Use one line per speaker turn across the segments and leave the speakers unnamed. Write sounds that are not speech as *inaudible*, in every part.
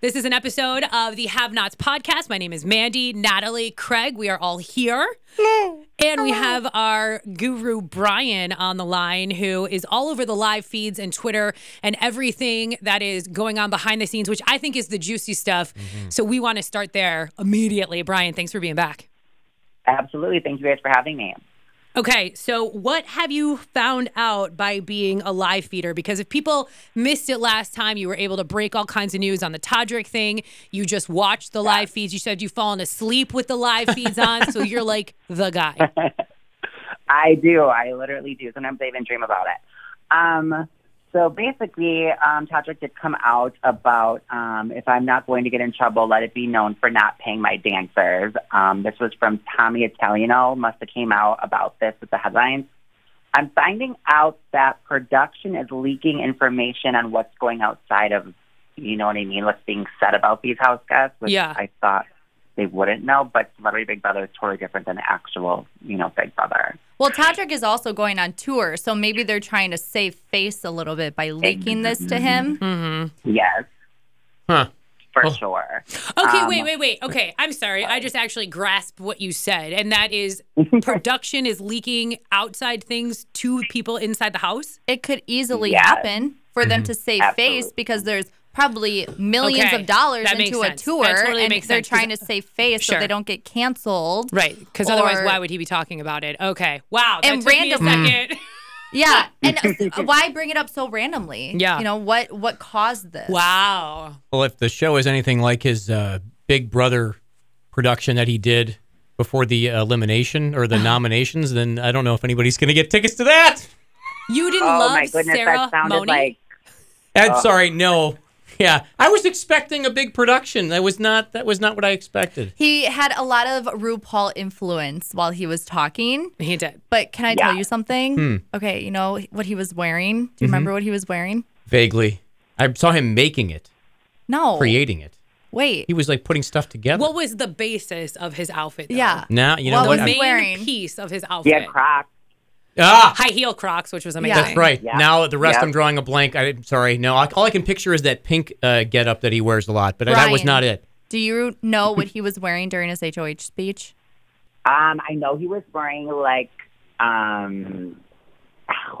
This is an episode of the Have Nots podcast. My name is Mandy, Natalie, Craig. We are all here. And we have our guru, Brian, on the line, who is all over the live feeds and Twitter and everything that is going on behind the scenes, which I think is the juicy stuff. So we want to start there immediately. Brian, thanks for being back.
Absolutely. Thank you guys for having me.
Okay, so what have you found out by being a live feeder? Because if people missed it last time, you were able to break all kinds of news on the Todrick thing. You just watched the live feeds. You said you've fallen asleep with the live feeds on, *laughs* so you're like the guy.
I do. I literally do. Sometimes I even dream about it. Um, so basically, um, Patrick did come out about um, if I'm not going to get in trouble, let it be known for not paying my dancers. Um, this was from Tommy Italiano. Must have came out about this with the headlines. I'm finding out that production is leaking information on what's going outside of, you know what I mean, what's being said about these house guests, which
Yeah.
I thought they wouldn't know. But Celebrity Big Brother is totally different than actual, you know, Big Brother.
Well, Todrick is also going on tour, so maybe they're trying to save face a little bit by leaking this to him.
Mm-hmm.
Yes,
Huh.
for
Oh.
sure.
Okay,
Um,
wait, wait, wait. Okay, I'm sorry. I just actually grasped what you said, and that *laughs* is production is leaking outside things to people inside the house.
It could easily
Yes.
happen for them to save face
Absolutely.
because there's probably millions
Okay,
of dollars
that makes
into a
sense.
tour,
That totally
and
makes
they're
sense, 'cause-
trying to save face
Sure.
so they don't get canceled.
Right, because otherwise,
Or-
why would he be talking about it? Okay, wow. That
And
took me a
randomly-
second. *laughs*
Yeah, and uh, why bring it up so randomly?
Yeah.
you know what? What caused this?
Wow.
Well, if the show is anything like his uh, Big Brother production that he did before the elimination or the nominations, then I don't know if anybody's going to get tickets to that.
You didn't
Oh
love
my goodness,
Sarah
that sounded
Moni?
like
I'm
Oh.
sorry, no. Yeah, I was expecting a big production. That was not. That was not what I expected.
He had a lot of RuPaul influence while he was talking.
He did.
But can I tell
Yeah.
you something?
Hmm.
Okay, you know what he was wearing? Do you
Mm-hmm.
remember what he was wearing?
Vaguely, I saw him making it,
No.
creating it.
Wait.
He was like putting stuff together.
What was the basis of his outfit? Though?
yeah.
now you know
What
The
what?
was
I'm-
he
main
wearing?
piece of his outfit.
Yeah, Crocs.
ah,
High heel Crocs, which was amazing.
Yeah.
That's right.
Yeah.
Now the rest,
Yeah.
I'm drawing a blank. I, am sorry. No, I, all I can picture is that pink uh, getup that he wears a lot, but that was
Ryan.
not it.
Do you know what he was wearing during his HOH speech?
Um, I know he was wearing like um, *sighs*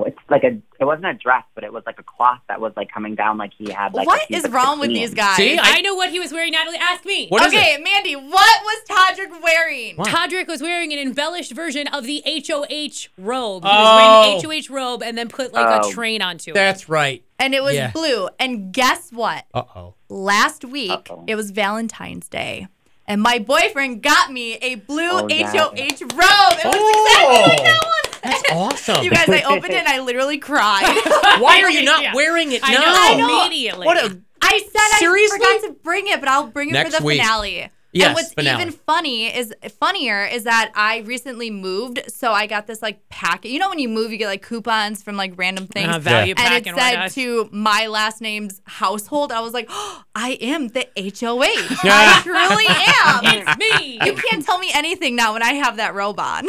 it's like a it wasn't a dress, but it was like a cloth that was like coming down, like he had like. a
what
piece
is
of
wrong with
skin.
these guys?
See,
I know what he was wearing, Natalie. Ask me.
What is
okay, Mandy, what was Todrick wearing?
What?
Todrick was wearing an embellished version of the HOH robe. He
Oh.
was wearing an HOH robe and then put like
Oh.
a train onto
it?
it.
That's right.
And it was
Yeah.
blue. And guess what?
Uh oh.
Last week,
Uh-oh.
it was Valentine's Day. And my boyfriend got me a blue
Oh, yeah.
HOH robe. It was
Oh!
exactly like that one.
That's awesome.
*laughs* You guys, I opened it and I literally
*laughs*
cried. *laughs*
Why are you not
Yeah.
wearing it
I
now?
know.
I know.
Immediately.
What a
I said
Seriously?
I forgot to bring it, but I'll bring it
Next
for the
week.
finale.
Yes,
and what's
finale.
even funny is funnier is that I recently moved, so I got this like packet. You know when you move, you get like coupons from like random things.
Uh, value
and
pack
it
and
said
whatnot.
to my last name's household. I was like, *gasps* oh, I am the HOH.
*laughs* Yeah.
I truly
*laughs*
am.
It's me.
you can't tell me anything now when I have that Oh, robe on.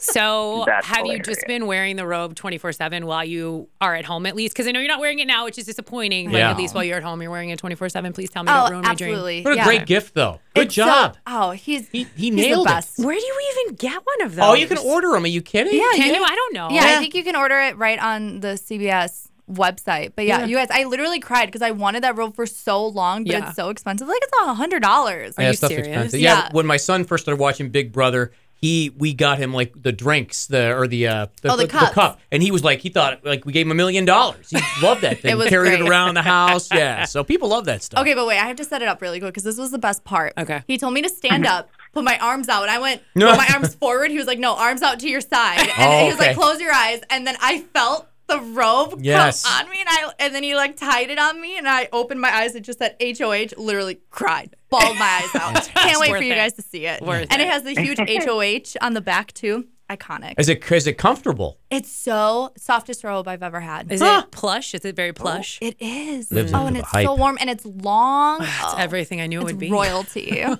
So
That's
have you just
hilarious.
been wearing the robe 24-7 while you are at home at least? Because I know you're not wearing it now, which is disappointing. But
Yeah.
at least while you're at home, you're wearing it 24-7. Please tell me don't
oh,
ruin my dream.
absolutely.
what a
Yeah.
great gift though. Good
So-
job.
oh, he's
He- he
he's
nailed it.
the best.
Where do you even get one of those?
oh, you can order them. Are you kidding?
Yeah,
Can
you-
you? I don't know.
Yeah,
Yeah.
I think you can order it right on the CBS website. But yeah,
Yeah.
you guys, I literally cried because I wanted that robe for so long, but
Yeah.
it's so expensive. Like it's a hundred dollars.
you
Yeah, stuff's
serious?
expensive. Yeah.
Yeah.
When my son first started watching Big Brother, he we got him like the drinks, the or the uh, the,
Oh, the cups.
cup, and he was like he thought like we gave him a million dollars. He
*laughs*
loved that thing.
It was
carried it
great.
around
*laughs*
the house. Yeah. So people love that stuff.
Okay, but wait, I have to set it up really quick because this was the best part.
Okay.
He told me to stand up, put my arms out, and I went
No.
put my arms forward. He was like, "No, arms out to your side," and
Oh,
he was
okay.
like, "Close your eyes," and then I felt. The robe
Yes.
come on me, and I and then he like tied it on me, and I opened my eyes and just said HOH. Literally cried, bawled my eyes out. Can't wait
Worth
for you
it.
guys to see it.
Worth
and
it.
it has the huge HOH on the back too. Iconic.
Is it is it comfortable?
It's so softest robe I've ever had.
Is it plush? Is it very plush?
Oh, It is.
Lives up
oh,
to
and
the
it's so
hype.
warm and it's long.
It's
Oh,
everything I knew it
it's
would be. *laughs*
royalty. *laughs*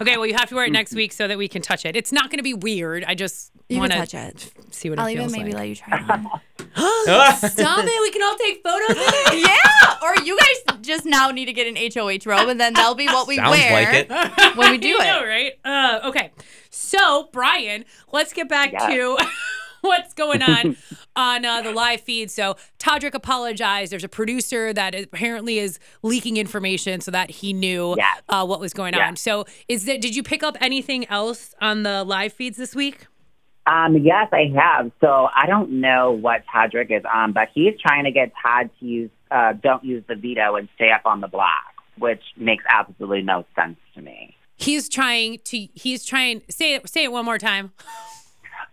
Okay, well, you have to wear it next week so that we can touch it. It's not going to be weird. I just
you can
want
touch
to
it.
see what
I'll
it
even
feels
maybe
like.
let you try it *laughs* on.
*laughs*
Stop it. We can all take photos of it.
*laughs* yeah. Or you guys just now need to get an HOH robe and then that'll be what we
Sounds
wear
like it.
*laughs* when
*laughs*
we do
I know,
it.
right? Uh, okay. So, Brian, let's get back
Yeah.
to *laughs* what's going *laughs* on on uh, the live feed. So, Todrick apologized. There's a producer that apparently is leaking information so that he knew
Yeah.
uh, what was going
Yeah.
on. So, is that did you pick up anything else on the live feeds this week?
Um, yes, I have. So I don't know what Todrick is on, but he's trying to get Todd to use uh, don't use the veto and stay up on the block, which makes absolutely no sense to me.
He's trying to. He's trying. Say it. Say it one more time.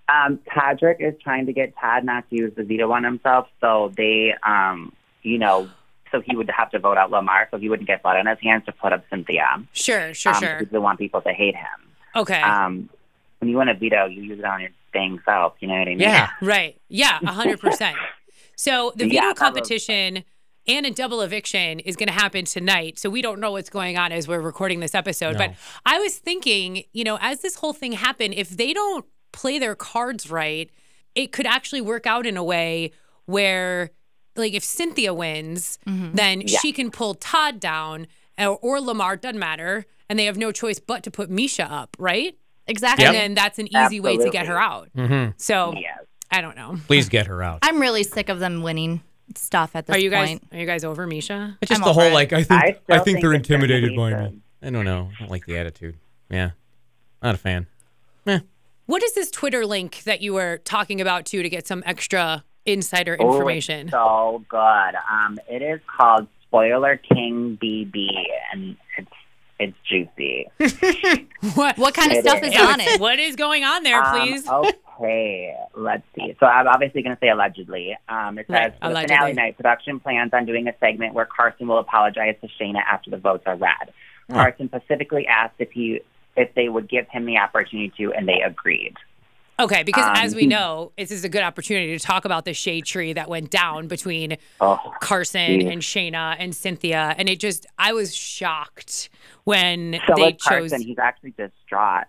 Um, Todrick is trying to get Todd not to use the veto on himself, so they, um, you know, so he would have to vote out Lamar, so he wouldn't get blood on his hands to put up Cynthia.
Sure. Sure.
um,
sure.
Because they want people to hate him.
Okay.
Um, when you want a veto, you use it on your dang self. You know what I mean?
Yeah.
Right. Yeah, 100%. so the veto
Yeah, that was-
competition and a double eviction is going to happen tonight. So we don't know what's going on as we're recording this episode. But
No.
I was thinking, you know, as this whole thing happened, if they don't play their cards right, it could actually work out in a way where, like, if Cynthia wins,
Mm-hmm.
then
Yeah.
she can pull Todd down or, or Lamar, doesn't matter. And they have no choice but to put Misha up, right?
Exactly.
And then that's an easy way to get her out.
Mm-hmm.
So
Yes.
I don't know.
Please get her out.
I'm really sick of them winning stuff at this
Are you guys
point.
are you guys over Misha?
It's just
I'm
the
over
whole
it.
like I
I
think I,
still
think
think
they're
it's gonna
intimidated
be
by me.
good.
I don't know. I don't like the attitude. Yeah, not a fan.
What is this Twitter link that you were talking about too to get some extra insider
Oh,
information?
it's so good. Um, it is called Spoiler King BB, and it's it's juicy.
*laughs* what
What kind of
It
stuff
is.
is on *laughs* it?
what is going on there,
Um,
please?
okay, let's see. So I'm obviously going to say allegedly. Um, it
Right,
says for the
allegedly.
finale night production plans on doing a segment where Carson will apologize to Shayna after the votes are read.
Huh.
Carson specifically asked if he if they would give him the opportunity to, and they agreed.
okay, because
um,
as we know, this is a good opportunity to talk about the shade tree that went down between
Oh,
Carson
Yeah.
and Shayna and Cynthia, and it just I was shocked when
so
they
is
chose.
Carson. He's actually distraught.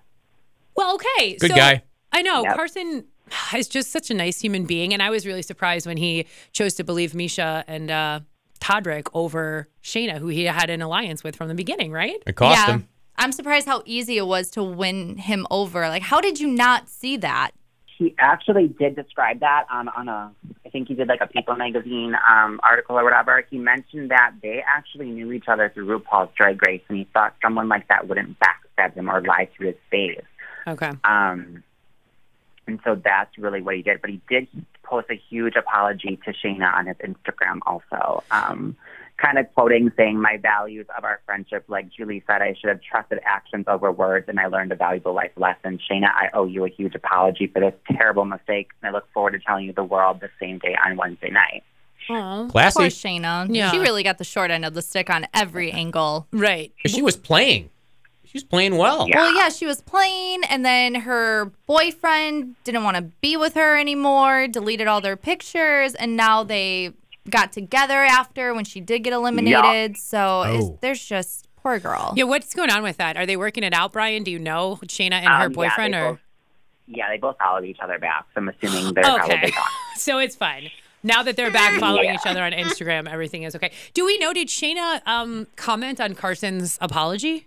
Well, okay,
Good
so
guy.
I know
Yep.
Carson *sighs* is just such a nice human being, and I was really surprised when he chose to believe Misha and uh, Todrick over Shayna, who he had an alliance with from the beginning, right?
It cost
yeah.
him.
I'm surprised how easy it was to win him over. Like, how did you not see that?
he actually did describe that on, on a I think he did like a People magazine um, article or whatever. He mentioned that they actually knew each other through RuPaul's Drag Race, and he thought someone like that wouldn't backstab him or lie to his face.
Okay.
Um, and so that's really what he did. But he did post a huge apology to Shayna on his Instagram also. Um, kind of quoting saying, My values of our friendship, like Julie said, I should have trusted actions over words and I learned a valuable life lesson. Shayna, I owe you a huge apology for this terrible mistake and I look forward to telling you the world the same day on Wednesday night.
Aw.
Classy.
Poor Shayna.
Yeah.
She really got the short end of the stick on every angle.
'Cause She was playing. She was playing well.
Yeah.
Well, yeah, she was playing, and then her boyfriend didn't want to be with her anymore, deleted all their pictures, and now they got together after when she did get eliminated. So it's,
Oh.
there's just poor girl.
Yeah, what's going on with that? Are they working it out, Brian? Do you know Shayna and
Um, yeah,
her
they
boyfriend, or
both- yeah, they both followed each other back. So I'm assuming they're
Okay.
probably gone.
*laughs* so it's fine. Now that they're
*laughs*
back following each other on Instagram, everything is okay. Do we know? Did Shayna um, comment on Carson's apology?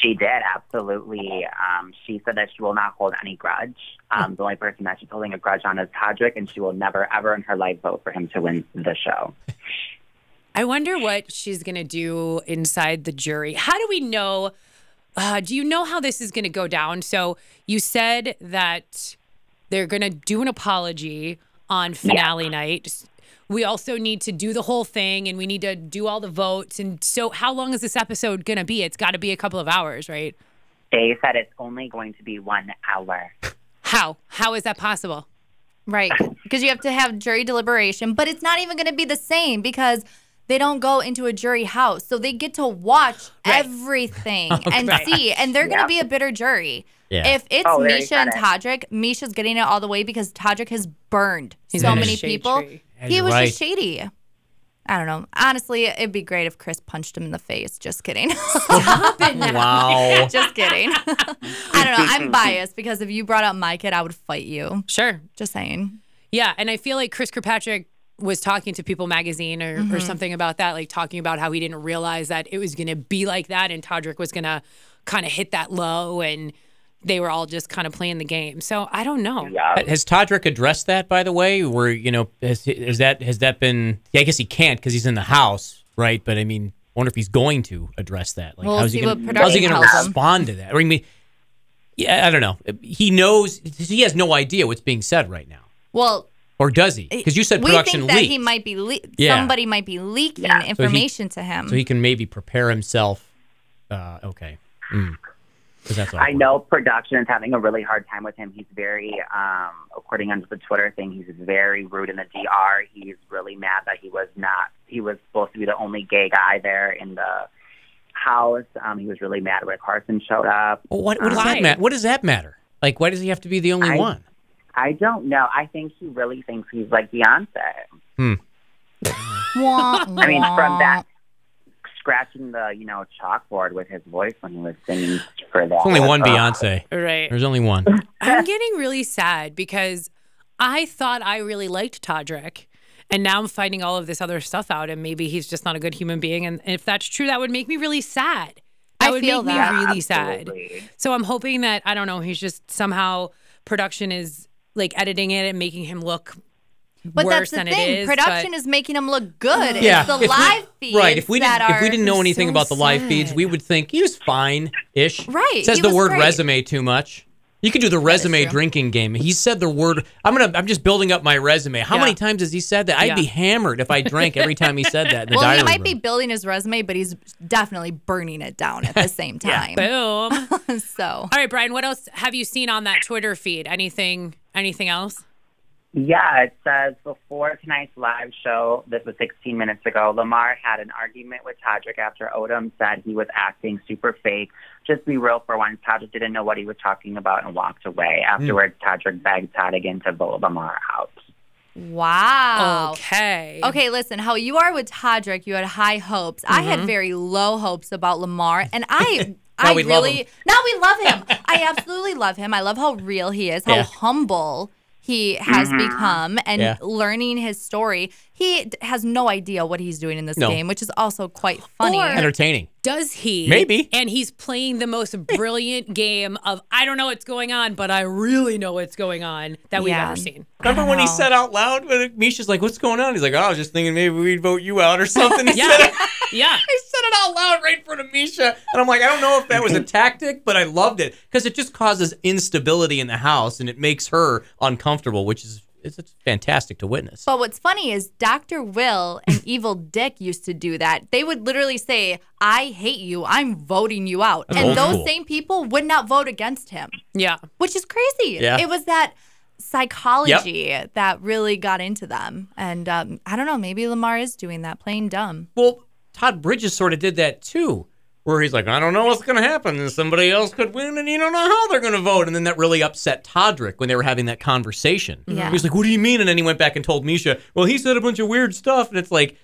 She did, absolutely. Um, she said that she will not hold any grudge. Um, the only person that she's holding a grudge on is Todrick, and she will never, ever in her life vote for him to win the show.
I wonder what she's going to do inside the jury. How do we know? Uh, do you know how this is going to go down? So you said that they're going to do an apology on finale night. We also need to do the whole thing and we need to do all the votes. And so, how long is this episode going to be? It's got to be a couple of hours, right?
They said it's only going to be one hour.
How? How is that possible?
Right. Because you have to have jury deliberation, but it's not even going to be the same because they don't go into a jury house. So they get to watch
Right.
everything and
right.
see. And they're going to
Yeah.
be a bitter jury.
Yeah.
If it's
Oh, there you
Misha
got
and
it.
Tadrick, Misha's getting it all the way because Tadrick has burned
He's
so
been a
many
shade
people.
tree.
Yeah,
He
you're
was just shady. I don't know. Honestly, it'd be great if Chris punched him in the face. Just kidding. *laughs*
Wow.
just kidding. *laughs* I don't know. I'm biased because if you brought up my kid, I would fight you.
Sure.
Just saying.
Yeah, and I feel like Chris Kirkpatrick was talking to People Magazine or,
Mm-hmm.
or something about that, like talking about how he didn't realize that it was going to be like that, and Todrick was going to kind of hit that low, and they were all just kind of playing the game. So I don't know.
Yeah.
Has Todrick addressed that, by the way? Where you know, has is that has that been? Yeah, I guess he can't because he's in the house, right? But I mean, I wonder if he's going to address that. Like,
We'll
how's he
see
gonna,
what
how's he
production
gonna
tells him.
respond to that? Or, I mean, yeah, I don't know. He knows he has no idea what's being said right now,
Well,
or does he? Because you said
we
production
think that
leaked,
he might be le-
Yeah.
somebody might be leaking information to him.
so he can maybe prepare himself. Uh, okay, because that's
I
awkward.
know production is having a really hard time with him. He's very, um, according to the Twitter thing, he's very rude in the DR. He's really mad that he was not, he was supposed to be the only gay guy there in the house. Um, he was really mad when Carson showed up.
Well, what, what does
Why?
that matter? What does that matter? Like, why does he have to be the only
I-
one?
I don't know. I think he really thinks he's like Beyonce. I *laughs*
I
mean, from that scratching the, you know, chalkboard with his voice when he was singing for that.
There's only one
Uh,
Beyonce.
Right.
There's only one.
*laughs*
I'm getting really sad because I thought I really liked Todrick. And now I'm finding all of this other stuff out, and maybe he's just not a good human being. And if that's true, that would make me really sad. That
I
would
feel
make
that.
me really sad.
Absolutely.
So I'm hoping that I don't know. He's just somehow production is like editing it and making him look
but
worse
that's the
than
thing.
it is.
Production
but
is making him look good. It's the
if we-
live feeds.
Right. If we
that
didn't,
are,
if we didn't know anything
so
about the live
sad.
feeds, we would think he was fine ish.
Right,
Says
he
the
was
word
great.
resume too much. You could do the resume
true.
drinking game. He said the word. I'm gonna. I'm just building up my resume. How
Yeah.
many times has he said that? I'd
Yeah.
be hammered if I drank every time he said that. In the
well,
diary
he might
room.
be building his resume, but he's definitely burning it down
*laughs*
at the same time. *laughs*
boom. all
so
right, Brian. What else have you seen on that Twitter feed? Anything? Anything else?
Yeah, it says before tonight's live show, this was 16 minutes ago, Lamar had an argument with Todrick after Odom said he was acting super fake. Just be real for once. Todrick didn't know what he was talking about and walked away.
Hmm.
Afterwards, Todrick begged Todd again to vote Lamar out.
wow.
Okay.
Oh. Okay, listen, how you are with Todrick, you had high hopes. I had very low hopes about Lamar, and
*laughs*
I. I
Mm-hmm. we
really
love him.
now we love him.
*laughs*
I absolutely love him. I love how real he is, how
Yeah. Mm-hmm.
humble he has become, and
Yeah.
learning his story. He d- has no idea what he's doing in this
No.
game, which is also quite funny.
Or-
entertaining.
Does he?
Maybe.
And he's playing the most brilliant game of I don't know what's going on, but I really know what's going on that we've
Yeah.
ever seen.
Remember when he
Wow.
said out loud when Misha's like, "What's going on?" He's like, "Oh, I was just thinking maybe we'd vote you out or something." He said
*laughs* Yeah.
it-
yeah.
He said it out loud right in front of Misha. And I'm like, I don't know if that was a tactic, but I loved it because it just causes instability in the house and it makes her uncomfortable, which is it's, it's fantastic to witness.
But what's funny is Dr. Will
*laughs*
and Evil Dick used to do that. They would literally say, I hate you. I'm voting you out.
That's
and
old
those
school.
same people would not vote against him,
Yeah.
which is crazy.
Yeah.
It was that psychology that really got into them. And um, I don't know, maybe Lamar is doing that, playing dumb.
Well, Todd Bridges sort of did that too, where he's like, I don't know what's going to happen, and somebody else could win, and you don't know how they're going to vote. And then that really upset Todrick when they were having that conversation.
Yeah.
He was like, What do you mean? And then he went back and told Misha, Well, he said a bunch of weird stuff. And it's like,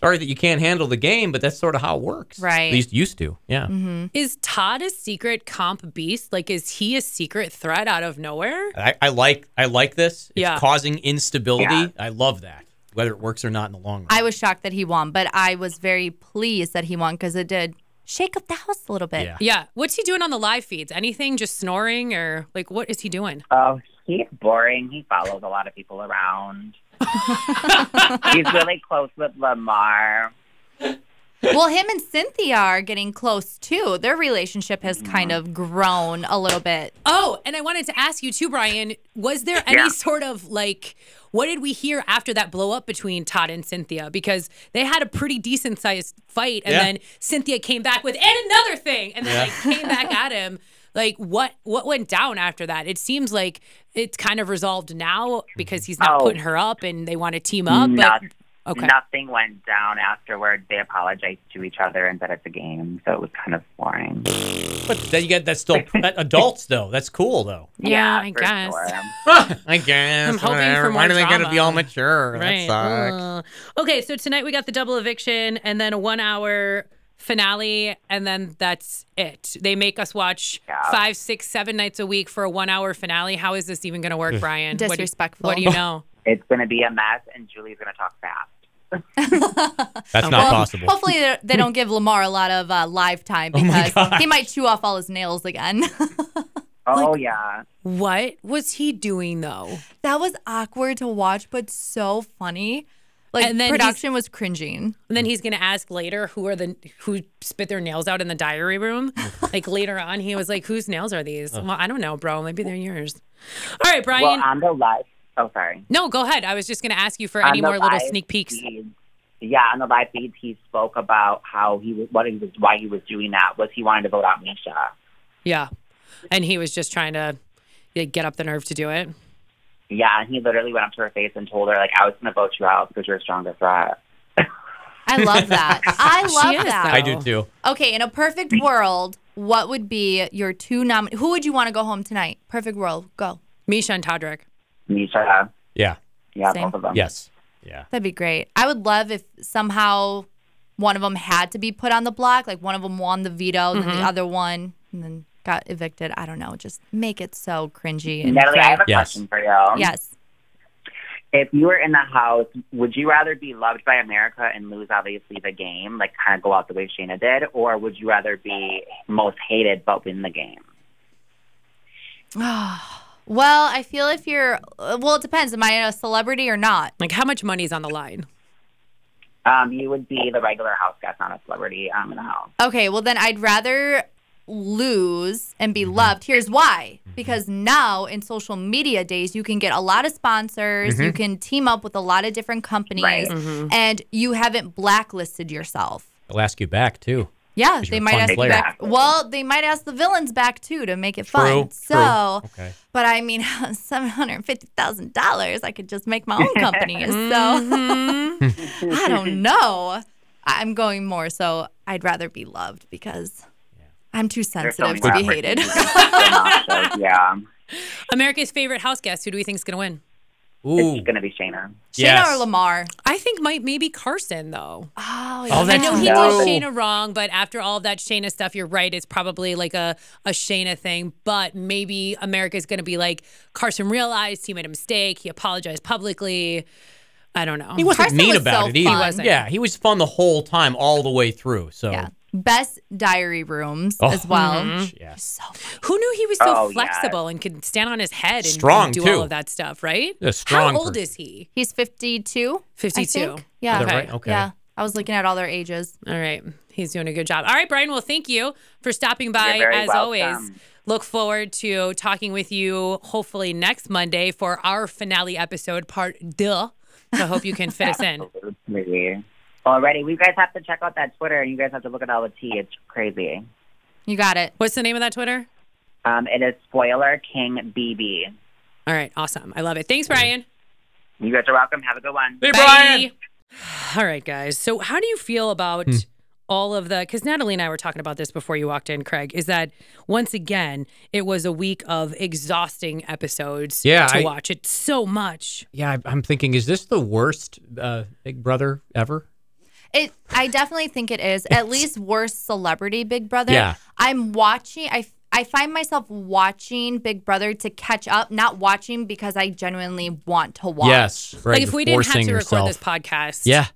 Sorry that you can't handle the game, but that's sort of how it works.
Right. Mm-hmm.
At least used to. Yeah.
Is Todd a secret comp beast? Like, is he a secret threat out of nowhere?
I, I like I like this. It's
Yeah.
causing instability.
Yeah.
I love that. Whether it works or not in the long run.
I was shocked that he won, but I was very pleased that he won because it did shake up the house a little bit.
Yeah.
Yeah. What's he doing on the live feeds? Anything? Just snoring or like what is he doing?
Oh, he's boring. He follows a lot of
*laughs*
people around. he's really close with Lamar.
*laughs* well, him and Cynthia are getting close too. Their relationship has
Mm-hmm.
kind of grown a little bit.
Oh, and I wanted to ask you too, Brian, was there any
Yeah.
sort of like what did we hear after that blow up between Todd and Cynthia? Because they had a pretty decent sized fight and
Yeah.
then Cynthia came back with and another thing and then like, came back at him. Like what what went down after that? It seems like it's kind of resolved now because he's not
Oh.
putting her up and they want to team up, but
Nothing.
Oh, Okay.
Nothing went down afterward. They apologized to each other and said it's a game, so it was kind of boring.
But then you get that's still that adults though. That's cool though.
Yeah, I
for
guess.
sure.
*laughs*
I guess.
I'm hoping for more
Why do they gotta
drama.
be all mature?
Right.
That sucks.
Uh, okay, so tonight we got the double eviction and then a one hour finale, and then that's it. They make us watch
Yeah.
five, six, seven nights a week for a one hour finale. How is this even going to work, Brian? What do you-
Disrespectful.
What do you know?
It's going to be a mess, and Julie's going to talk fast.
That's
Well,
not possible.
Um,
Oh
Hopefully, they- they
*laughs*
don't give Lamar a lot of uh, live time because
gosh.
he might chew off all his nails again. *laughs*
Oh yeah,
What was he doing though?
that was awkward to watch, but so funny. Like
And then
production was cringing.
And then he's going to ask later who are the who spit their nails out in the diary
*laughs*
room. like later on, he was like, "Whose nails are these?" Well, I don't know, bro. Maybe they're yours. All right, Brian.
well, on the live. Oh, sorry.
no, go ahead. I was just going to ask you for
On
any
the
more little
live
sneak peeks.
feeds- yeah, on the live feeds, he spoke about how he was, what he was, why he was doing that was he wanted to vote out Misha.
Yeah. And he was just trying to like, get up the nerve to do it.
Yeah, and he literally went up to her face and told her like, "I was going to vote you out because you're a stronger threat."
I
*laughs*
love that. I
She
love
is,
that.
though.
I do too.
Okay, in a perfect world, what would be your two nom? Who would you want to go home tonight? Perfect world, go.
Misha and Todrick.
Misha,
Yeah.
yeah,
Same.
both of them.
Yes. Yeah.
That'd be great. I would love if somehow one of them had to be put on the block, like one of them won the veto, and then
Mm-hmm.
the other one, and then got evicted. I don't know. Just make it so cringy and
Natalie, I have a
Yes.
question for you.
yes. *sighs*
If you were in the house, would you rather be loved by America and lose obviously the game, like kind of go out the way Shayna did, or would you rather be most hated but win the game?
Well, I feel if you're uh, well, it depends. Am I a celebrity or not?
Like, how much money's on the line?
Um, you would be the regular house guest, not a celebrity um, in
*laughs*
the house.
Okay, well then I'd rather lose and
Mm-hmm.
be loved. Here's why. Because now in social media days, you can get a lot of sponsors,
Mm-hmm.
you can team up with a lot of different companies,
Right.
and you haven't blacklisted yourself.
They'll ask you back too.
Yeah,
Because
they
you're a
might
fun
ask
player.
you back. Well, they might ask the villains back too to make it fun.
True,
So,
true. Okay.
but I mean, *laughs* seven hundred fifty thousand dollars, I could just make my own company.
Mm-hmm.
so
Mhm.
I
*laughs*
don't know. I'm going more. So I'd rather be loved because I'm too
There's
sensitive
so
to be
many
hated. *laughs*
opportunities in house shows, yeah,
America's favorite house guest. Who do we think's going to win?
Ooh.
it's gonna be Shayna.
yes.
Shayna or Lamar?
I think might maybe Carson though.
Oh,
Oh,
I
that's
know he
No.
did Shayna wrong, but after all that Shayna stuff, you're right. It's probably like a a Shayna thing. But maybe America's going to be like Carson realized he made a mistake. He apologized publicly. I don't know.
He wasn't
Carson
mean
was
about
so
it either.
fun. He
wasn't.
Yeah, he was fun the whole time, all the way through. So
yeah. Best diary rooms
Oh.
as well.
yeah.
So funny.
Who knew he was so
Oh, yeah.
flexible and could stand on his head and,
Strong,
and do
too.
all of that stuff, right?
A strong
How old
person.
is he?
He's 52.
52.
I think. Yeah.
Is that
Okay.
right? Okay.
Yeah. I was looking at all their ages.
All right. He's doing a good job. All right, Brian. Well, thank you for stopping by
You're very
as always.
welcome.
Look forward to talking with you hopefully next Monday for our finale episode, part duh. So I hope you can fit us
*laughs*
in.
Absolutely. Already, you guys have to check out that Twitter, and you guys have to look at all the tea. It's crazy.
You got it.
What's the name of that Twitter?
Um, it is spoiler king BB.
All right. Awesome. I love it. Thanks, Brian.
You guys are welcome. Have a good one.
Hey, Brian.
All right, guys. So, how do you feel about
Hmm.
all of the? Because Natalie and I were talking about this before you walked in, Craig. Is that once again, it was a week of exhausting episodes
Yeah,
to
I-
watch. It's so much.
Yeah, I- I'm thinking, is this the worst uh, Big Brother ever?
It. I definitely think it is at least worse celebrity Big Brother.
Yeah.
I'm watching. I. I find myself watching Big Brother to catch up, not watching because I genuinely want to watch.
Yes. Right.
like, if
you're
we didn't have to
forcing
record
yourself.
this podcast,
Yeah.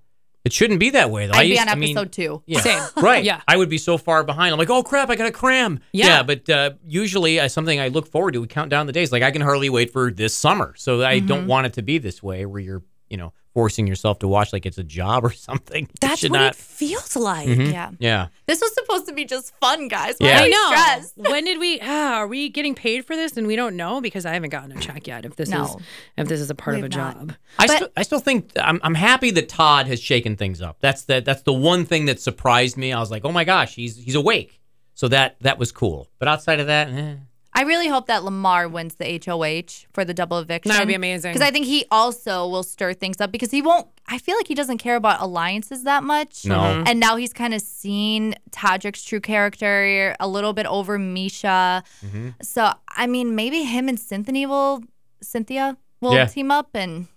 It shouldn't be that way, though. I
I'd be
used-
on
I
episode
mean,
two.
Yeah.
Same.
*laughs* Right.
Yeah.
I would be so far behind. I'm like, oh crap, I got to cram.
Yeah.
but uh, usually uh, something I look forward to, we count down the days. Like I can hardly wait for this summer. So I
Mm-hmm.
don't want it to be this way where you're, you know, forcing yourself to watch like it's a job *laughs* or something. It
that's
should
what
not.
it feels like.
Mm-hmm.
Yeah.
yeah.
This was supposed to be just fun, guys. Why
Yeah.
are
I
you
know.
stressed?
*laughs* When did we? ah, are we getting paid for this? And we don't know because I haven't gotten a check yet. If this
No.
is if this is a part of a
We've not.
job,
I, still, I still think I'm, I'm happy that Todd has shaken things up. That's the, that's the one thing that surprised me. I was like, oh my gosh, he's he's awake. So that that was cool. But outside of that, eh.
I really hope that Lamar wins the HOH for the double eviction.
That would be amazing.
Because I think he also will stir things up because he won't. I feel like he doesn't care about alliances that much.
No.
Mm-hmm.
Mhm.
And now he's kind of seen Todrick's true character a little bit over Misha.
Mm-hmm.
So I mean, maybe him and Cynthia will Cynthia will
Yeah.
team up and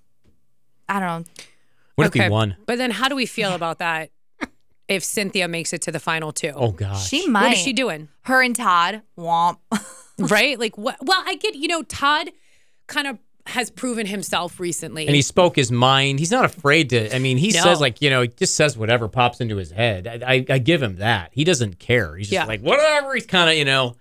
I don't know.
What
okay.
if he won?
But then how do we
*laughs*
feel about that if Cynthia makes it to the final two?
Oh gosh.
She
what
might.
is she doing?
Her and Todd. Womp. *laughs*
right? Like what? Well, I get you know Todd kind of has proven himself recently.
and he spoke his mind. He's not afraid to. I mean, he
No.
says like you know, he just says whatever pops into his head. I, I, I give him that. He doesn't care. He's just
Yeah.
like whatever. He's kind of you know,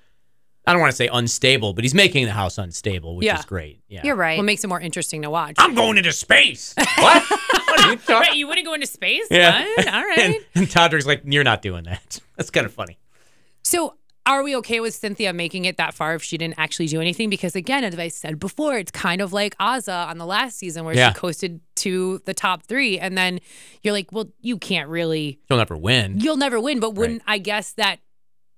I don't want to say unstable, but he's making the house unstable, which
Yeah.
is great. Yeah,
You're right.
what makes it more interesting to watch?
I'm going
*laughs*
into space. what? what are you
Right,
talking?
you wouldn't go into space?
Yeah.
What? All
*laughs* And,
right.
and Todrick's like, you're not doing that. *laughs* That's kind of funny.
so, are we okay with Cynthia making it that far if she didn't actually do anything? Because, again, as I said before, it's kind of like Azza on the last season where
Yeah.
she coasted to the top three. And then you're like, well, you can't really,
You'll never win.
you'll never win. But wouldn't I guess that,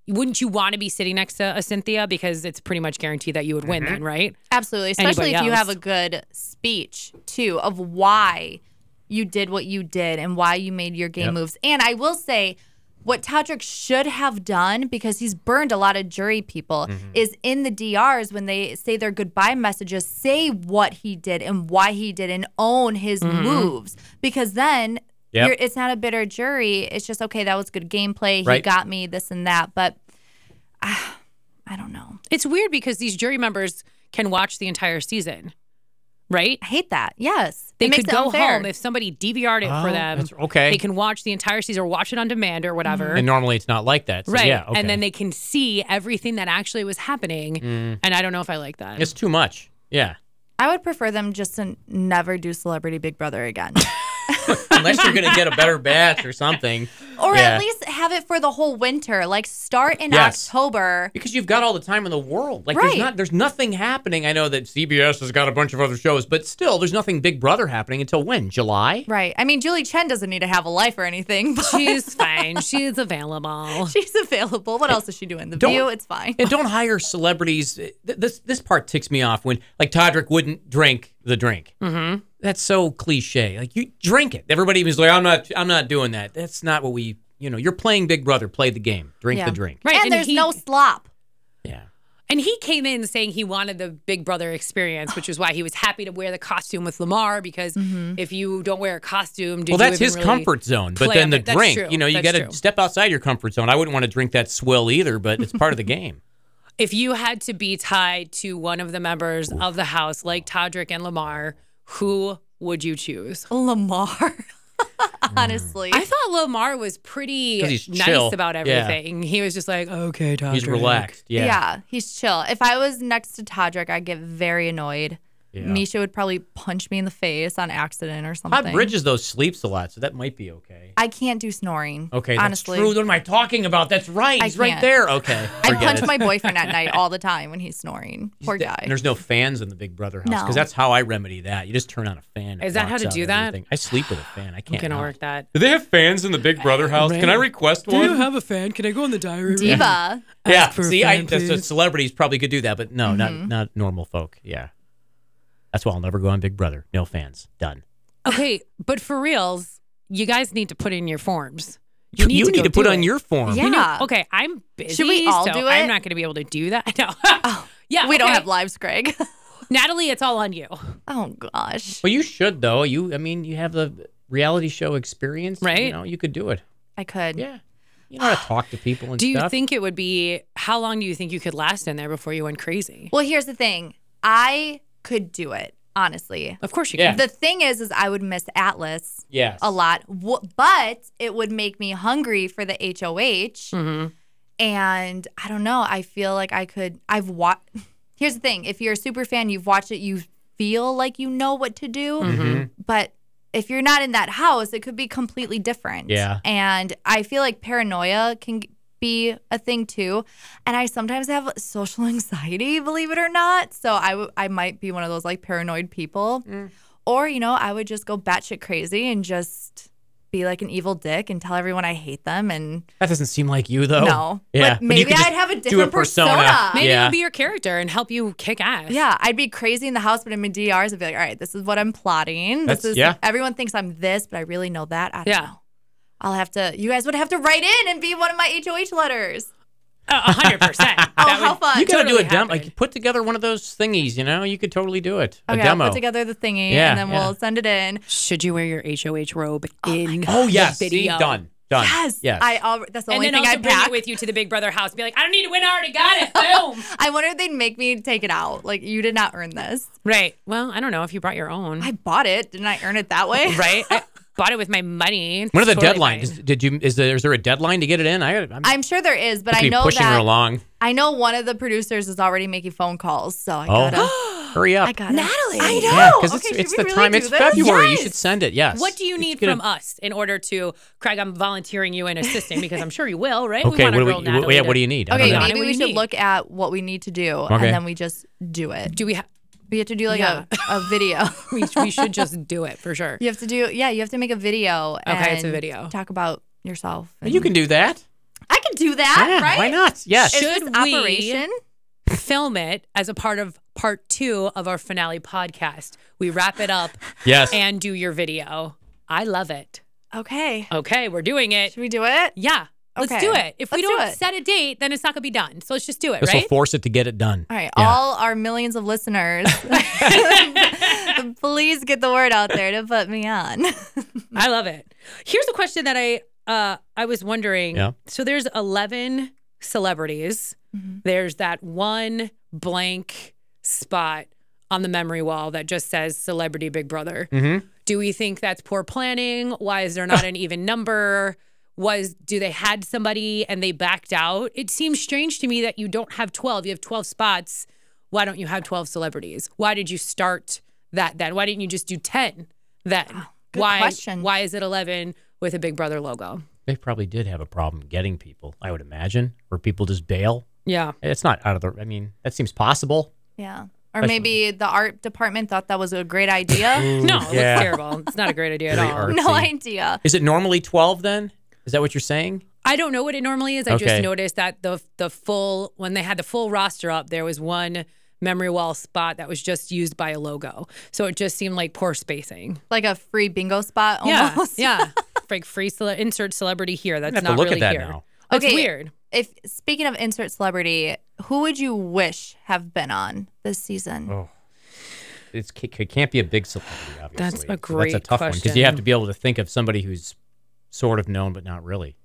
wouldn't you want to be sitting next to a Cynthia? Because it's pretty much guaranteed that you would
Mm-hmm.
win then, right?
Absolutely,
anybody
especially if you have
else.
a good speech too of why you did what you did and why you made your game
Yep.
moves. And I will say what Todrick should have done because he's burned a lot of jury people
Mm-hmm.
is in the DRs when they say their goodbye messages say what he did and why he did and own his
Mm-hmm.
moves because then
Yep.
you're, it's not a bitter jury. It's just okay that was good gameplay. He
Right.
got me this and that, but *sighs* ah, I don't know.
It's weird because these jury members can watch the entire season, right?
I hate that. Yes.
They
It makes
could
it
go
unfair.
home if somebody DVR'd it for
Oh,
them.
that's- okay.
They can watch the entire season or watch it on demand or whatever.
And normally it's not like that. So,
right.
Yeah. Okay.
And then they can see everything that actually was happening.
Mm.
And I don't know if I like that.
*laughs* It's too much. Yeah.
I would prefer them just to never do Celebrity Big Brother
*laughs*
again.
Unless you're gonna get a better batch
*laughs*
or something.
or
Yeah.
at least have it for the whole winter. Like start in
Yes.
October.
because you've got all the time in the world. Like
Right.
there's not there's nothing happening. I know that CBS has got a bunch of other shows, but still there's nothing Big Brother happening until when? July?
Right. I mean, Julie Chen doesn't need to have a life or anything, *laughs* but
She's fine. She's available.
she's available. What else is she doing? The
Don't-
View? It's fine.
And don't hire celebrities. Th- This this part ticks me off when like Todrick wouldn't drink the drink. Mm-hmm. That's so cliche. Like you drink it. Everybody was like, I'm not I'm not doing that. That's not what we you know. You're playing Big Brother. Play the game. Drink
Yeah.
the drink.
Right.
and, there's
he,
no slop.
Yeah.
And he came in saying he wanted the Big Brother experience, which is why he was happy to wear the costume with Lamar because if you don't wear a costume, did
Well,
you
that's
even
his
really-
comfort zone. But
play
then
on
the
it? That's
drink,
true.
you know, you
That's
got to
true.
step outside your comfort zone. I wouldn't want to drink that swill either, but it's
*laughs*
part of the game.
if you had to be tied to one of the members of the house, like Todrick and Lamar, who would you choose?
Lamar. *laughs*
Mm.
Honestly.
I thought Lamar was pretty
'Cause he's
nice
chill.
about
Yeah.
everything. He was just like, okay, Todrick.
He's relaxed.
yeah. he's chill. If I was next to Todrick, I'd get very annoyed.
Yeah.
Misha would probably punch me in the face on accident or something.
Todd Bridges though sleeps a lot, so that might be okay.
I can't do snoring.
Okay, that's
honestly.
true. What am I talking about? That's right.
I
He's right
can't.
there. Okay,
I
forget
punch
it.
my boyfriend at night all the time when he's snoring. Poor
Th-
guy.
There's no fans in the Big Brother house because
No.
that's how I remedy that. You just turn on a fan. it
Is that how
blocks
to
out
do that?
everything. I sleep with a fan. I
I'm
can't.
going to
help.
work that.
Do they have fans in the Big Brother house? Can I request one?
have a fan? Can I go in the diary
Diva.
yeah.
ask for a
See, I,
fan,
that's what
please?
celebrities probably could do that, but no, not not normal folk. Yeah. That's why I'll never go on Big Brother. No fans. Done.
Okay, but for reals, you guys need to put in your forms. You need to, go
put
do
on
it.
your form.
You know-
Yeah.
okay, I'm busy.
Should we all
so
do
I'm
it? Oh,
not going to be able to do that. *laughs* No. yeah.
We don't
okay.
have lives, Greg. *laughs*
Natalie, it's all on you.
oh gosh.
Well, you should though. You, I mean, you have the reality show experience,
Right.
You know, you could do it.
I could.
Yeah, you know how to talk to people and
Do you
stuff.
think it would be, how long do you think you could last in there before you went crazy?
Well, here's the thing. I could do it, honestly.
Of course you
Yeah.
can.
The thing is is I would miss Atlas
yes,
a lot, w- but it would make me hungry for the HOH.
Mm-hmm.
And I don't know, I feel like I could I've watched *laughs* Here's the thing. If you're a super fan, you've watched it, you feel like you know what to do.
Mhm.
But if you're not in that house, it could be completely different.
Yeah.
And I feel like paranoia can be a thing too. And I sometimes have social *laughs* anxiety, believe it or not. So I, w- I might be one of those like paranoid people. Or, you know, I would just go batshit crazy and just be like an evil dick and tell everyone I hate them and
That doesn't seem like you though.
No.
Yeah.
But
you
maybe
could just
I'd have a
do
different persona.
Maybe
yeah.
it'll be your character and help you kick ass.
yeah, I'd be crazy in the house, but in my DRs, I'd be like, all right, this is what I'm plotting.
That's-
this is
yeah.
everyone thinks I'm this, but I really know that. I don't
Yeah.
know. I'll have to. You guys would have to write in and be one of my HOH letters.
A hundred percent.
*laughs* Oh,
That
how
would-
fun!
you gotta
Totally
do a demo.
happened.
Like put together one of those thingies. You know, you could totally do it.
okay,
a demo.
I'll put together the thingy
Yeah,
and then
yeah.
we'll send it in.
Should you wear your HOH robe in
oh yes.
the
See,
video?
done. Done.
Yes,
Uh, Yes.
I. Al- that's the
And
only
then
thing
also
I
bring
pack.
it with you to the Big Brother house. Be like, I don't need to win. I already got it.
*laughs*
Boom.
I wonder if they'd make me take it out. Like you did not earn this.
right. Well, I don't know if you brought your own.
I bought it. Didn't I earn it that way?
right. I bought it with my money.
When are the
Totally
deadlines?
fine.
Is- Did you? Is there? Is there a deadline to get it in? I. I'm
I'm sure there is, but I
keep
know
pushing her
that *gasps*
along.
I know one of the producers is already making phone calls, so I
*gasps* Oh.
gotta. *gasps*
Hurry up.
I gotta.
Natalie.
I know.
Yeah, because
okay,
it's,
should
it's
we
the
really
time.
do
It's
this?
February. You
Yes.
should send it. Yes.
What do you
It's
need
gonna-
from us in order to, Craig? I'm volunteering you an assistant because I'm sure you will, right?
Okay.
want
What
to
do we?
roll
wh-
Natalie
yeah.
to-
What do you need? I don't
Okay,
know.
Donna,
maybe
what do
we
you
should
need?
look at what we need to do,
Okay.
and then we just do it.
Do we? Ha-
We have to do like
Yeah. *laughs*
a, a video.
we, we should just do it for sure.
*laughs* you have to do yeah. You have to make a video.
Okay, it's a
and
video.
Talk about yourself. and-
You can do that.
I can do that,
Yeah,
right?
Why not? Yes.
Uh,
Is
Should
this
we-
operation?
Film it as a part of part two of our finale podcast. We wrap it up
Yes.
and do your video. I love it.
Okay.
Okay, we're doing it.
Should we do it?
Yeah. Let's
Okay.
do it. If we
Let's do
don't
it.
set a date, then it's not going to be done. So let's just do it,
This will
right?
force it to get it done.
All right,
Yeah.
all our millions of
*laughs*
listeners, *laughs* please get the word out there to put me on. *laughs*
I love it. Here's a question that I uh I was wondering.
Yeah.
So there's 11 celebrities. There's that one blank spot on the memory wall that just says celebrity Big Brother.
Mm-hmm.
Do we think that's poor planning? Why is there
*laughs*
not an even number? Was do they had somebody and they backed out? It seems strange to me that you don't have 12. You have 12 spots. Why don't you have 12 celebrities? Why did you start that then? Why didn't you just do 10 then?
good
why
question.
why is it 11 with a Big Brother logo?
They probably did have a problem getting people. I would imagine, or people just bail.
Yeah.
It's not out of the. I mean, that seems possible.
Yeah. Or maybe the art department thought that was a great
*laughs*
idea.
No, it
yeah.
looks terrible. It's not a great idea at
Very
all.
art-
no
Artsy.
idea.
Is it normally twelve then? Is that what you're saying?
I don't know what it normally is. I
Okay.
just noticed that the the full when they had the full roster up, there was one memory wall spot that was just used by a logo. So it just seemed like poor spacing.
Like a free bingo spot
Yeah, *laughs*
almost. *laughs*
yeah. Like free cele- insert celebrity here. That's
have to
not
look at
really
that
here.
now.
That's
Okay.
weird.
If speaking of insert celebrity, who would you wish have been on this season?
Oh, it's it ca- can't be a big celebrity. Obviously,
That's a
So That's a
great
tough one because you have
question.
to be able to think of somebody who's sort of known but not really.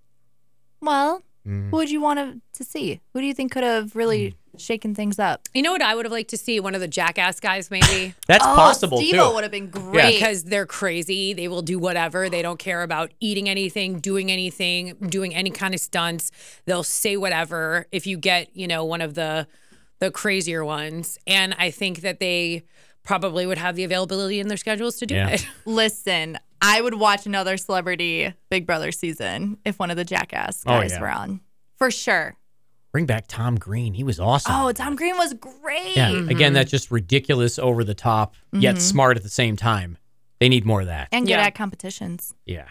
Well,
Mm.
who would you want to, to see? Who do you think could have really shaken things up?
You know what I would have liked to see? One of the jackass guys
*laughs*
maybe.
That's
oh,
possible
Steve
too.
would have been great.
because they're crazy. They will do whatever. They don't care about eating anything, doing anything, doing any kind of stunts. They'll say whatever if you get, you know, one of the the crazier ones. And I think that they probably would have the availability in their schedules to do
Yeah.
it. *laughs*
Listen, I would watch another celebrity Big Brother season if one of the jackass
Oh,
guys
yeah.
were on. For sure.
Bring back Tom Green. He was awesome.
Oh, Tom Green was great.
Yeah. Again, that's just ridiculous, over the top, yet smart at the same time. They need more of that.
And good
Yeah.
at competitions.
Yeah.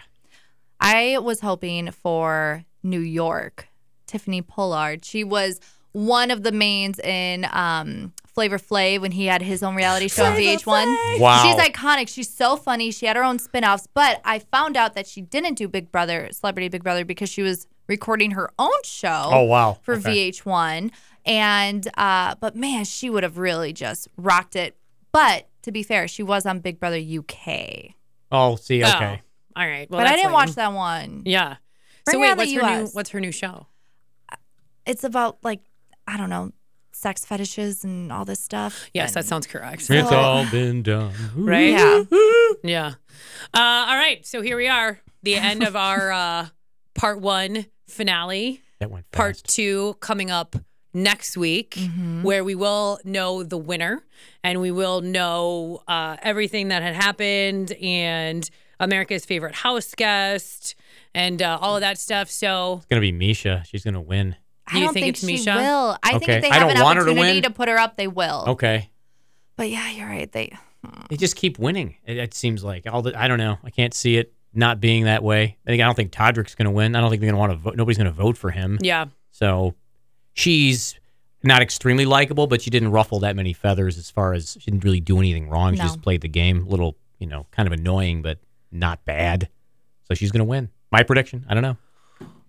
I was hoping for New York, Tiffany Pollard. She was one of the mains in um, Flavor Flav when he had his own reality show on
Flavor
VH1.
Wow.
She's iconic. She's so funny. She had her own spin offs, but I found out that she didn't do Big Brother, Celebrity Big Brother, because she was recording her own show.
Oh wow.
for
Okay.
VH1. And uh, but man, she would have really just rocked it. But to be fair, she was on Big Brother UK.
Oh, see.
Oh,
Okay.
all right. Well,
but I
that's
didn't
lame.
watch that one.
Yeah.
Bring
so
her
wait,
out
what's
the
her new
US.
what's her new show?
It's about like I don't know, sex fetishes and all this stuff.
Yes,
And-
that sounds correct.
It's
So-
all been done.
Right?
Yeah.
*laughs* Yeah. Uh, all right. So here we are, the end of our uh, part one finale.
That went
part
fast.
two coming up next week where we will know the winner and we will know uh, everything that had happened and america's favorite house guest and uh, all of that stuff so
It's gonna be Misha. She's gonna win.
I
Do you
don't
think
think,
it's
she
Misha?
will. I think
Okay.
if they
I
have
don't
an
want her to
opportunity
win. Oh.
to, put her up, they will.
Okay.
But yeah, you're right. They
They just keep winning. It, it seems like all the. I don't know. I can't see it not being that way. I think I don't think Todrick's going to win. I don't think they're going to want to vote. Nobody's going to vote for him.
Yeah.
So she's not extremely likable, but she didn't ruffle that many feathers as far as she didn't really do anything wrong. She
No.
just played the game. A little, you know, kind of annoying, but not bad. So she's going to win. My prediction. I don't know.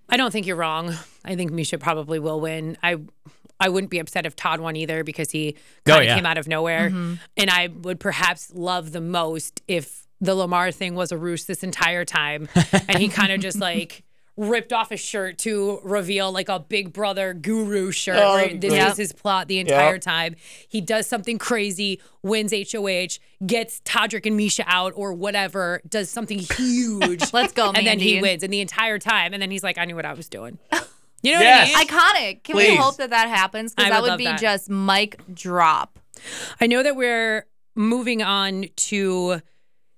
I don't think you're wrong. I think Misha probably will win. I I wouldn't be upset if Todd won either because he
Oh,
kind of
yeah.
came out of nowhere.
Mm-hmm.
And I would perhaps love the most if the Lamar thing was a ruse this entire
*laughs*
time and he kind of just like ripped off his shirt to reveal like a big brother guru shirt where this
Oh, yeah.
is his plot the entire time he does something crazy wins hoh gets todrick and misha out or whatever does something huge
*laughs* Let's go,
and then he
Mandy.
wins and the entire time and then he's like i knew what i was
*laughs*
doing you know
Yes.
what I, mean?
Iconic. Can we
Please.
hope that that happens?
I
Because that
would
would,
love
be
that.
just mic drop.
I know that we're moving on to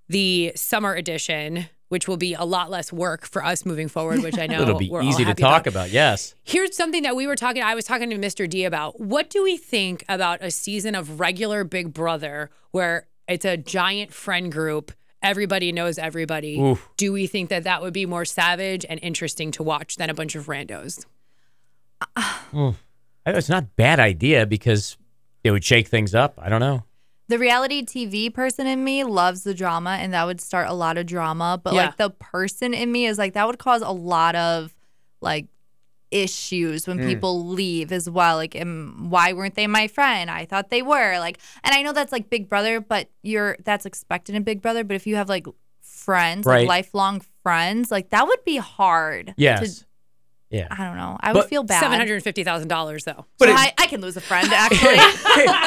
the summer edition which will be a lot less work for us moving forward which
*laughs*
i know
It'll be
we're all
easy to
happy
talk
about.
about. Yes.
Here's something that we were talking. I was talking to Mr. D about. What do we think about a season of regular Big Brother where it's a giant friend group? Everybody knows everybody.
Oof.
Do we think that that would be more savage and interesting to watch than a bunch of randos?
I- It's not a bad idea because it would shake things up. I don't know.
The reality TV person in me loves the drama, and that would start a lot of drama. But
Yeah.
like the person in me is like that would cause a lot of like issues when
Mm.
people leave as well. Like, am, why weren't they my friend? I thought they were. Like, and I know that's like Big Brother, but you're that's expected in Big Brother. But if you have like friends,
Right.
like lifelong friends, like that would be hard. to-
Yes. yeah.
I don't know. I
But
would feel bad.
Seven hundred fifty thousand dollars, though.
But
So
it-
I, I can lose a friend
*laughs*
actually.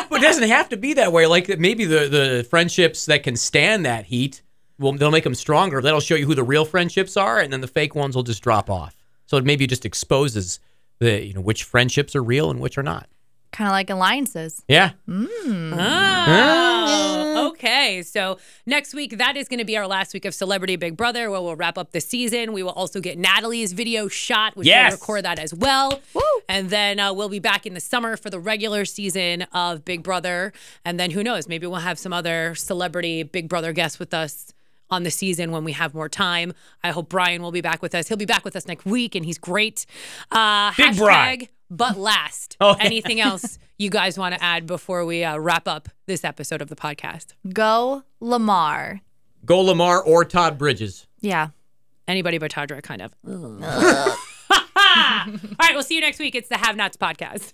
but it doesn't have to be that way. Like maybe the the friendships that can stand that heat, will they'll make them stronger. That'll show you who the real friendships are, and then the fake ones will just drop off. So it maybe just exposes the you know which friendships are real and which are not.
kind of like alliances.
Yeah,
Oh, okay. So next week, that is going to be our last week of Celebrity Big Brother, where we'll wrap up the season. We will also get Natalie's video shot, which
Yes.
we'll record that as well. And then uh, we'll be back in the summer for the regular season of Big Brother. And then who knows? Maybe we'll have some other celebrity Big Brother guests with us. On the season when we have more time. I hope Brian will be back with us. He'll be back with us next week and he's great. Uh,
Big
hashtag
Brian.
but last.
*laughs* Oh, yeah.
Anything else you guys want to add before we uh, wrap up this episode of the podcast?
Go Lamar.
go Lamar or Todd Bridges.
Yeah.
Anybody *laughs* but Tadra, kind of. All right, we'll see you next week. It's the Have Nots Podcast.